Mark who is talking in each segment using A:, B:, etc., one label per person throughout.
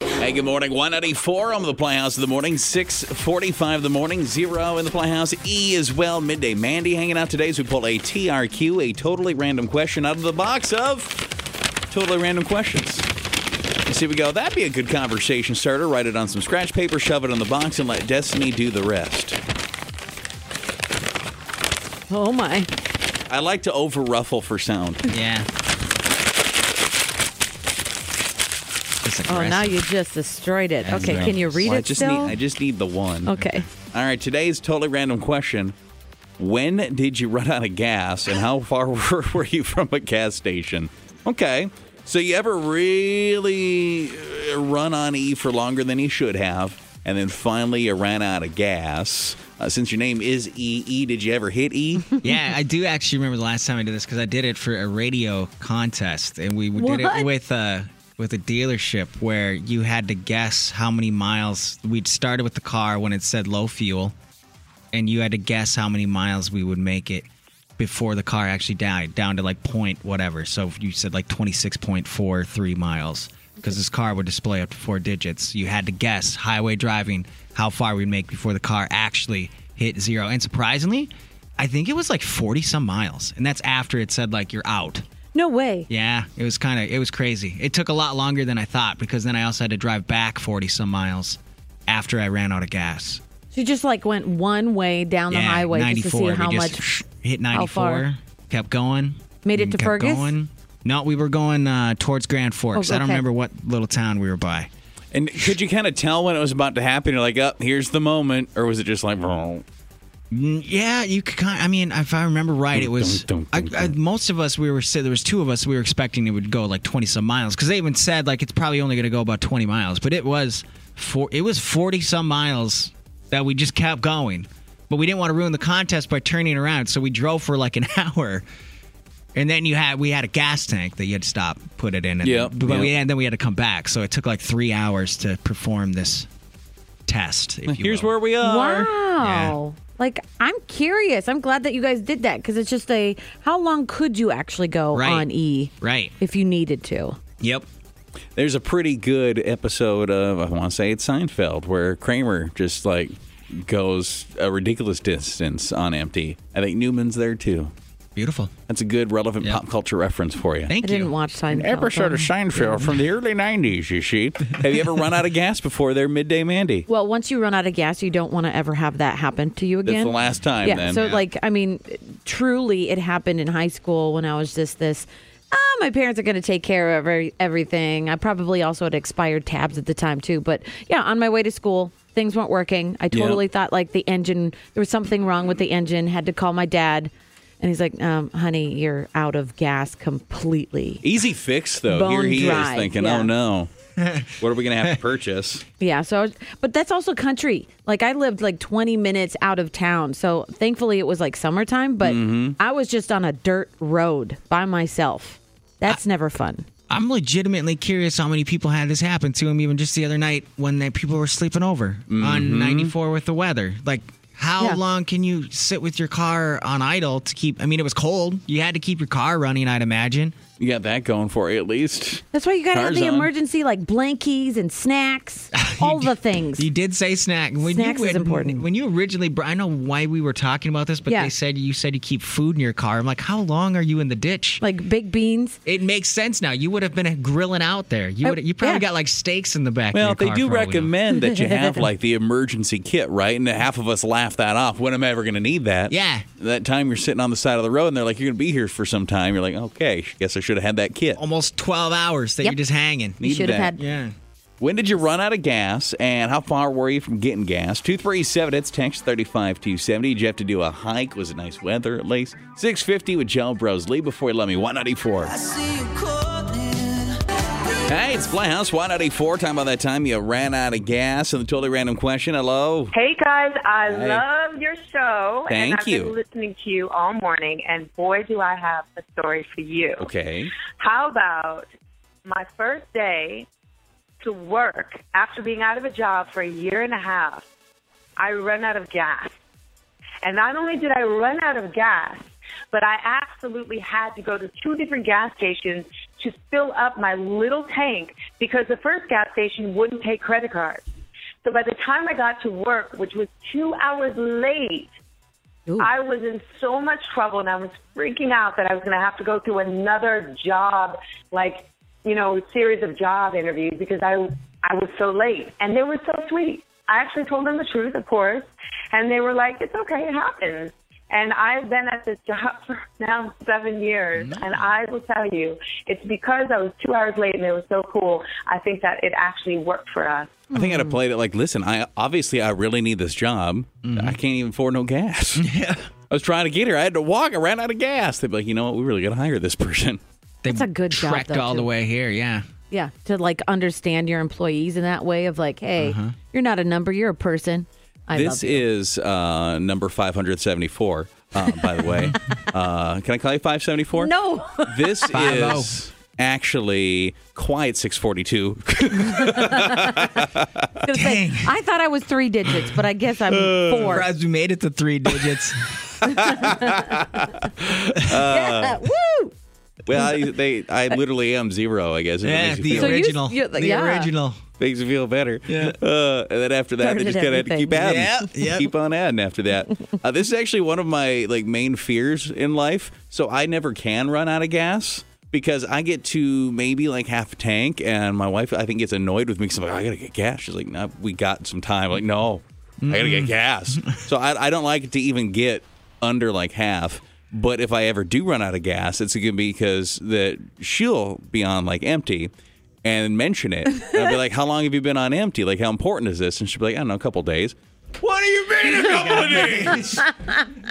A: Hey, good morning. 184 on the Playhouse of the morning, 645 of the morning, zero in the Playhouse, E as well, midday. Mandy hanging out today as we pull a TRQ, a totally random question out of the box of totally random questions. You see, we go, that'd be a good conversation starter. Write it on some scratch paper, shove it in the box, and let destiny do the rest.
B: Oh my.
A: I like to over ruffle for sound.
C: Yeah.
B: Oh, now you just destroyed it. Okay,
C: um,
B: can you read
A: Well, I
B: it
A: just
B: still?
A: need I just need the one.
B: okay.
A: All right, today's totally random question. When did you run out of gas and how far were, were you from a gas station? Okay. So you ever really uh, run on E for longer than you should have and then finally you ran out of gas? Uh, since your name is E, E, did you ever hit E?
C: yeah, I do actually remember the last time I did this because I did it for a radio contest, and we did
B: What?
C: it with uh, with a dealership where you had to guess how many miles we'd started with the car when it said low fuel, and you had to guess how many miles we would make it before the car actually died, down to like point whatever. So if you said like twenty six point four three miles because this car would display up to four digits. You had to guess highway driving how far we'd make before the car actually hit zero. And surprisingly, I think it was like forty some miles, and that's after it said like you're out.
B: No way.
C: Yeah, it was kind of it was crazy. It took a lot longer than I thought because then I also had to drive back 40 some miles after I ran out of gas.
B: She just like went one way down the
C: yeah,
B: highway just
C: 94.
B: to see
C: we
B: how
C: just
B: much.
C: hit
B: how
C: 94.
B: far?
C: Kept going.
B: Made it
C: and
B: to
C: kept
B: Fergus?
C: Going. No, we were going uh, towards Grand Forks.
B: Oh,
C: I don't
B: okay.
C: remember what little town we were by.
A: And could you kind of tell when it was about to happen? You're like, oh, here's the moment. Or was it just like, "Vroom."
C: Yeah, you could kind. I mean, if I remember right, it was
A: Dun, dun,
C: I,
A: dun,
C: I, most of us. We were there was two of us. We were expecting it would go like twenty some miles because they even said like it's probably only going to go about twenty miles, but it was four. It was forty some miles that we just kept going, but we didn't want to ruin the contest by turning around, so we drove for like an hour. And then you had we had a gas tank that you had to stop, put it in, and,
A: Yep,
C: but we
A: yep.
C: and then we had to come back. So it took like three hours to perform this test. If you
A: here's
C: will.
A: where we are.
B: Wow. Like I'm curious. I'm glad that you guys did that because it's just a how long could you actually go
C: Right.
B: on E
C: right.
B: if you needed to?
C: Yep.
A: There's a pretty good episode of I want to say it's Seinfeld where Kramer just like goes a ridiculous distance on empty. I think Newman's there too.
C: Beautiful.
A: That's a good relevant
C: Yeah.
A: pop culture reference for you.
C: Thank
B: I
C: you.
B: didn't watch Seinfeld.
A: Episode
B: so-
A: of Seinfeld from the early '90s. You see, have you ever run out of gas before their midday Mandy?
B: Well, once you run out of gas, you don't want to ever have that happen to you again.
A: That's the last time.
B: yeah.
A: then.
B: So, like, I mean, truly, it happened in high school when I was just this. Ah, my parents are going to take care of every, everything. I probably also had expired tabs at the time too. But yeah, on my way to school, things weren't working. I
A: Yeah.
B: totally thought like the engine. There was something wrong with the engine. Had to call my dad, and he's like, um, "Honey, you're out of gas completely."
A: easy fix though.
B: Bone
A: Here he
B: dry,
A: is thinking,
B: yeah.
A: "Oh no, what are we gonna have to purchase?"
B: Yeah, so I was- but that's also country. Like I lived like 20 minutes out of town. So thankfully it was like summertime, but
A: Mm-hmm.
B: I was just on a dirt road by myself. That's never fun.
C: I'm legitimately curious how many people had this happen to them, even just the other night when they, people were sleeping over
A: Mm-hmm.
C: on 94 with the weather. Like, how
B: Yeah.
C: long can you sit with your car on idle to keep? I mean, it was cold. You had to keep your car running, I'd imagine.
A: You got that going for you at least.
B: That's why you got to have the
A: Tarzan.
B: emergency like blankies and snacks, all the things.
C: You did say snack. When
B: Snacks
C: you,
B: is important.
C: When you originally, br- I know why we were talking about this, but
B: Yeah.
C: they said you said you keep food in your car. I'm like, how long are you in the ditch?
B: like big beans.
C: It makes sense now. You would have been grilling out there. You
B: I-
C: would. You probably
B: Oh, yeah.
C: got like steaks in the back.
A: Well,
C: of your
A: they
C: car
A: do
C: for all we know.
A: recommend that you have like the emergency kit, right? And half of us laugh that off. When am I ever going to need that?
C: Yeah.
A: That time you're sitting on the side of the road and they're like, you're going to be here for some time. You're like, okay, guess I should have had that kit.
C: almost 12 hours that
B: Yep.
C: you're just hanging.
B: You
A: Need
B: should have
A: that.
B: had
C: Yeah.
A: When did you run out of gas and how far were you from getting gas? 237, it's text 35270. Did you have to do a hike? Was it nice weather at least? 650 with Joe Bros. Lee before you let me. 194. Hey, it's Playhouse 194. Time by that time you ran out of gas and the totally random question. Hello.
D: Hey guys, I
A: Hey.
D: love your show. and
A: Thank
D: I've
A: you.
D: been listening to you all morning, and boy, do I have a story for you.
A: Okay.
D: How about my first day to work after being out of a job for a year and a half? I run out of gas. And not only did I run out of gas, but I absolutely had to go to two different gas stations to fill up my little tank because the first gas station wouldn't take credit cards. So by the time I got to work, which was two hours late,
B: Ooh.
D: I was in so much trouble and I was freaking out that I was going to have to go through another job, like, you know, series of job interviews because I, I was so late. And they were so sweet. I actually told them the truth, of course. And they were like, it's okay, it happens. And I've been at this job for now seven years. And I will tell you, it's because I was two hours late and they were so cool. I think that it actually worked for us.
A: I think I'd have played it like, listen, I obviously I really need this job. I can't even afford no gas. Yeah. I was trying to get here. I had to walk. I ran out of gas. They'd be like, you know what? We really got to hire this person.
C: They
B: That's a good job,
C: trekked
B: though,
C: all the
B: too.
C: way here. Yeah.
B: Yeah, to like understand your employees in that way of like, hey, you're not a number, you're a person. I
A: Uh-huh. this
B: love you.
A: is uh, number 574, uh, by the way. uh, can I call you 574?
B: No.
A: This
C: 50.
A: is actually quiet 642.
B: I was gonna say, I thought I was three digits, but I guess I'm four.
C: Surprised we made it to three digits.
A: Uh.
B: Yeah, woo!
A: well, I, they, I literally am zero, I guess. if it
C: yeah,
A: makes you
C: the
A: feel-
B: So you-
C: original.
B: you're the-
C: the
B: yeah.
C: original.
A: makes you feel better.
C: Yeah.
A: Uh, and then after that,
B: Better
A: they
B: than
A: just kind of had to
B: everything.
A: keep adding.
C: Yep, yep.
A: Keep on adding after that. Uh, this is actually one of my like main fears in life. So I never can run out of gas because I get to maybe like half a tank, and my wife I think gets annoyed with me because I'm like, I gotta get gas. She's like, No, we got some time. I'm like, no, I gotta get gas. so I, I don't like to even get under like half. But if I ever do run out of gas, it's gonna be because that she'll be on like empty and mention it. And I'll be like, "How long have you been on empty? Like, how important is this?" And she'll be like, "I don't know, a couple days." What do you mean a couple of days?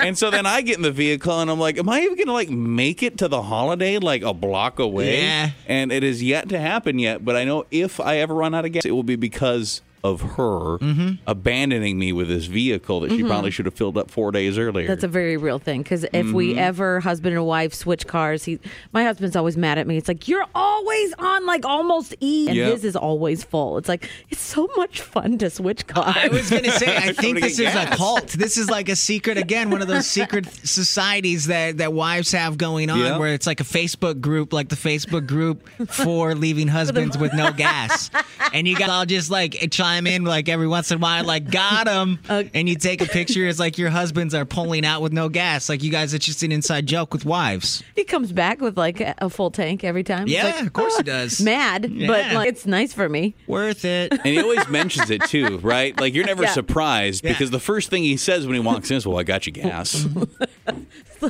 A: and so then I get in the vehicle and I'm like, "Am I even gonna like make it to the holiday like a block away?"
C: Yeah.
A: And it is yet to happen yet, but I know if I ever run out of gas, it will be because of her abandoning me with this vehicle that she probably should have filled up four days earlier.
B: That's a very real thing because if
C: Mm-hmm.
B: we ever husband and wife switch cars, he my husband's always mad at me. It's like you're always on like almost E, and
A: Yep.
B: his is always full. It's like it's so much fun to switch cars.
C: I was gonna say, I think
A: Somebody
C: this
A: get
C: is a
A: gas.
C: cult. This is like a secret again, one of those secret societies that that wives have going on,
A: Yeah.
C: where it's like a Facebook group, like the Facebook group for leaving husbands with no gas, and you got all just like chime in like every once in a while, like got him, and you take a picture. It's like your husbands are pulling out with no gas, like you guys. It's just an inside joke with wives.
B: he comes back with like a a full tank every time. It's
C: Yeah,
B: like,
C: of course
B: "Ah,"
C: he does.
B: Mad, but
C: Yeah.
B: like it's nice for me.
C: Worth it.
A: And he always mentions it too, right? Like you're never
B: Yeah.
A: surprised
C: Yeah.
A: because the first thing he says when he walks in is, "Well, I got you gas."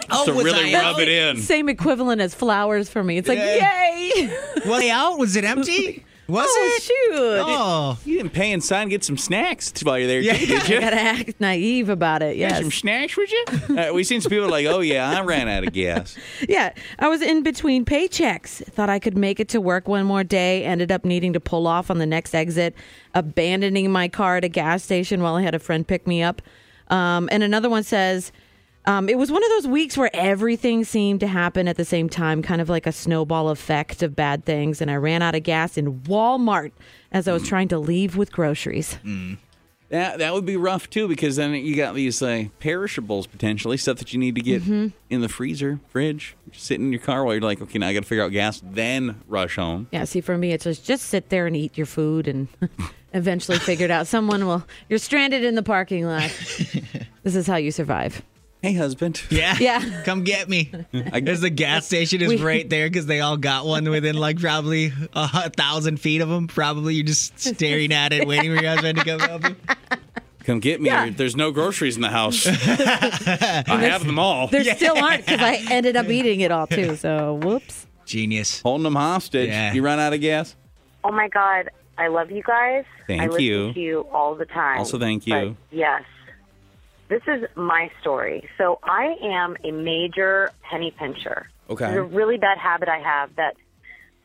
C: Oh,
A: to
C: was
A: really
C: I
A: rub it in.
B: Same equivalent as flowers for me. It's like
C: Yeah.
B: yay!
C: Was I out? Was it empty? Was
B: oh
C: it?
B: shoot!
C: Oh,
A: You didn't pay inside and get some snacks while you're there,
C: Yeah.
A: too, did you?
B: I gotta act naive about it.
A: Get
B: Yes.
A: Some snacks, would you? Uh, we've seen some people like, oh, yeah, I ran out of gas.
B: Yeah, I was in between paychecks. Thought I could make it to work one more day. Ended up needing to pull off on the next exit, abandoning my car at a gas station while I had a friend pick me up. Um, and another one says, um, it was one of those weeks where everything seemed to happen at the same time, kind of like a snowball effect of bad things. And I ran out of gas in Walmart as I was trying to leave with groceries.
A: That, that would be rough, too, because then you got these like, perishables potentially, stuff that you need to get in the freezer, fridge, sitting in your car while you're like, okay, now I got to figure out gas, then rush home.
B: Yeah, see, for me, it's just just sit there and eat your food, and eventually figure it out. Someone will. You're stranded in the parking lot. this is how you survive.
A: Hey, husband.
C: yeah.
B: Yeah.
C: Come get me.
A: I,
C: There's the gas station is
B: We-
C: right there because they all got one within like probably a hu- thousand feet of them. Probably you're just staring at it, waiting for your husband to come help you.
A: come get me.
B: Yeah.
A: There's no groceries in the house. I have them all.
B: There still aren't because I ended up eating it all too. So whoops.
C: Genius.
A: Holding them hostage.
C: Yeah.
A: You run out of gas?
E: Oh my God, I love you guys.
A: Thank
E: I listen
A: you.
E: to you all the time.
A: Also, thank you.
E: But yes, this is my story. So I am a major penny pincher.
A: Okay.
E: It's a really bad habit I have that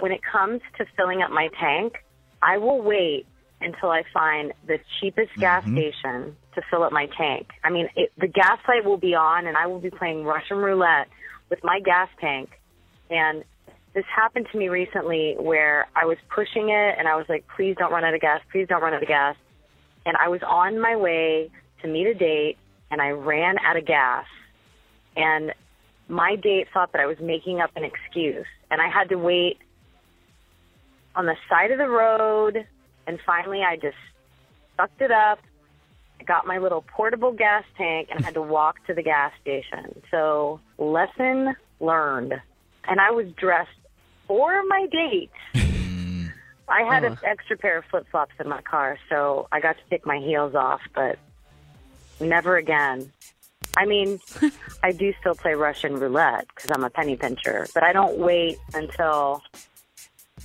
E: when it comes to filling up my tank, I will wait until I find the cheapest gas station to fill up my tank. I mean, it, the gas light will be on, and I will be playing Russian roulette with my gas tank. And this happened to me recently where I was pushing it, and I was like, please don't run out of gas, please don't run out of gas. And I was on my way to meet a date, and I ran out of gas. And my date thought that I was making up an excuse, and I had to wait on the side of the road, and finally I just sucked it up. I got my little portable gas tank and had to walk to the gas station. So, lesson learned. And I was dressed for my date. I had an extra pair of flip flops in my car, so I got to take my heels off, but never again. I mean, I do still play Russian roulette because I'm a penny pincher, but I don't wait until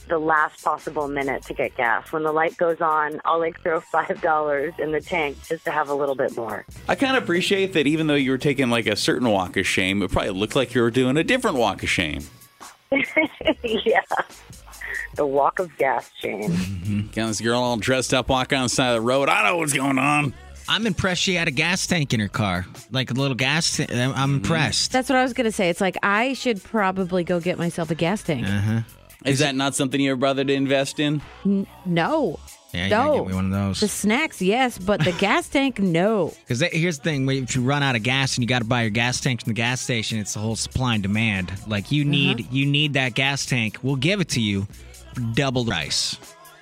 E: the last possible minute to get gas. When the light goes on, I'll like throw five dollars in the tank just to have a little bit more.
A: I kind of appreciate that even though you were taking like a certain walk of shame, it probably looked like you were doing a different walk of shame.
E: yeah, the walk of gas, Shane.
A: Got this girl all dressed up, walking on the side of the road. I know what's going on.
C: I'm impressed she had a gas tank in her car, like a little gas. T- I'm I'm impressed.
B: That's what I was going to say. It's like, I should probably go get myself a gas tank.
C: Uh-huh.
A: Is that not something your brother to invest in?
B: No.
C: Yeah, you gotta
B: no.
C: get me one of those.
B: The snacks, yes, but the gas tank, no.
C: Because here's the thing: when- if you run out of gas and you got to buy your gas tank from the gas station, it's the whole supply and demand. Like you need, you need that gas tank. We'll give it to you for double the price.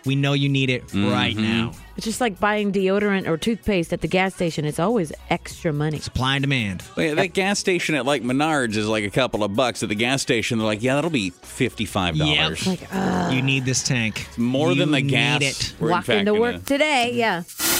C: We know you need it
A: Mm-hmm.
C: right now.
B: It's just like buying deodorant or toothpaste at the gas station. It's always extra money.
C: Supply and demand.
A: Well, yeah, that gas station at like Menards is like a couple of bucks. At the gas station, they're like, yeah, that'll be fifty-five dollars.
C: Yep. you need this tank
A: More
C: You
A: than the
C: need
A: gas.
C: It.
A: We're in
B: Walking
A: fact
B: to
A: gonna-
B: work today, yeah.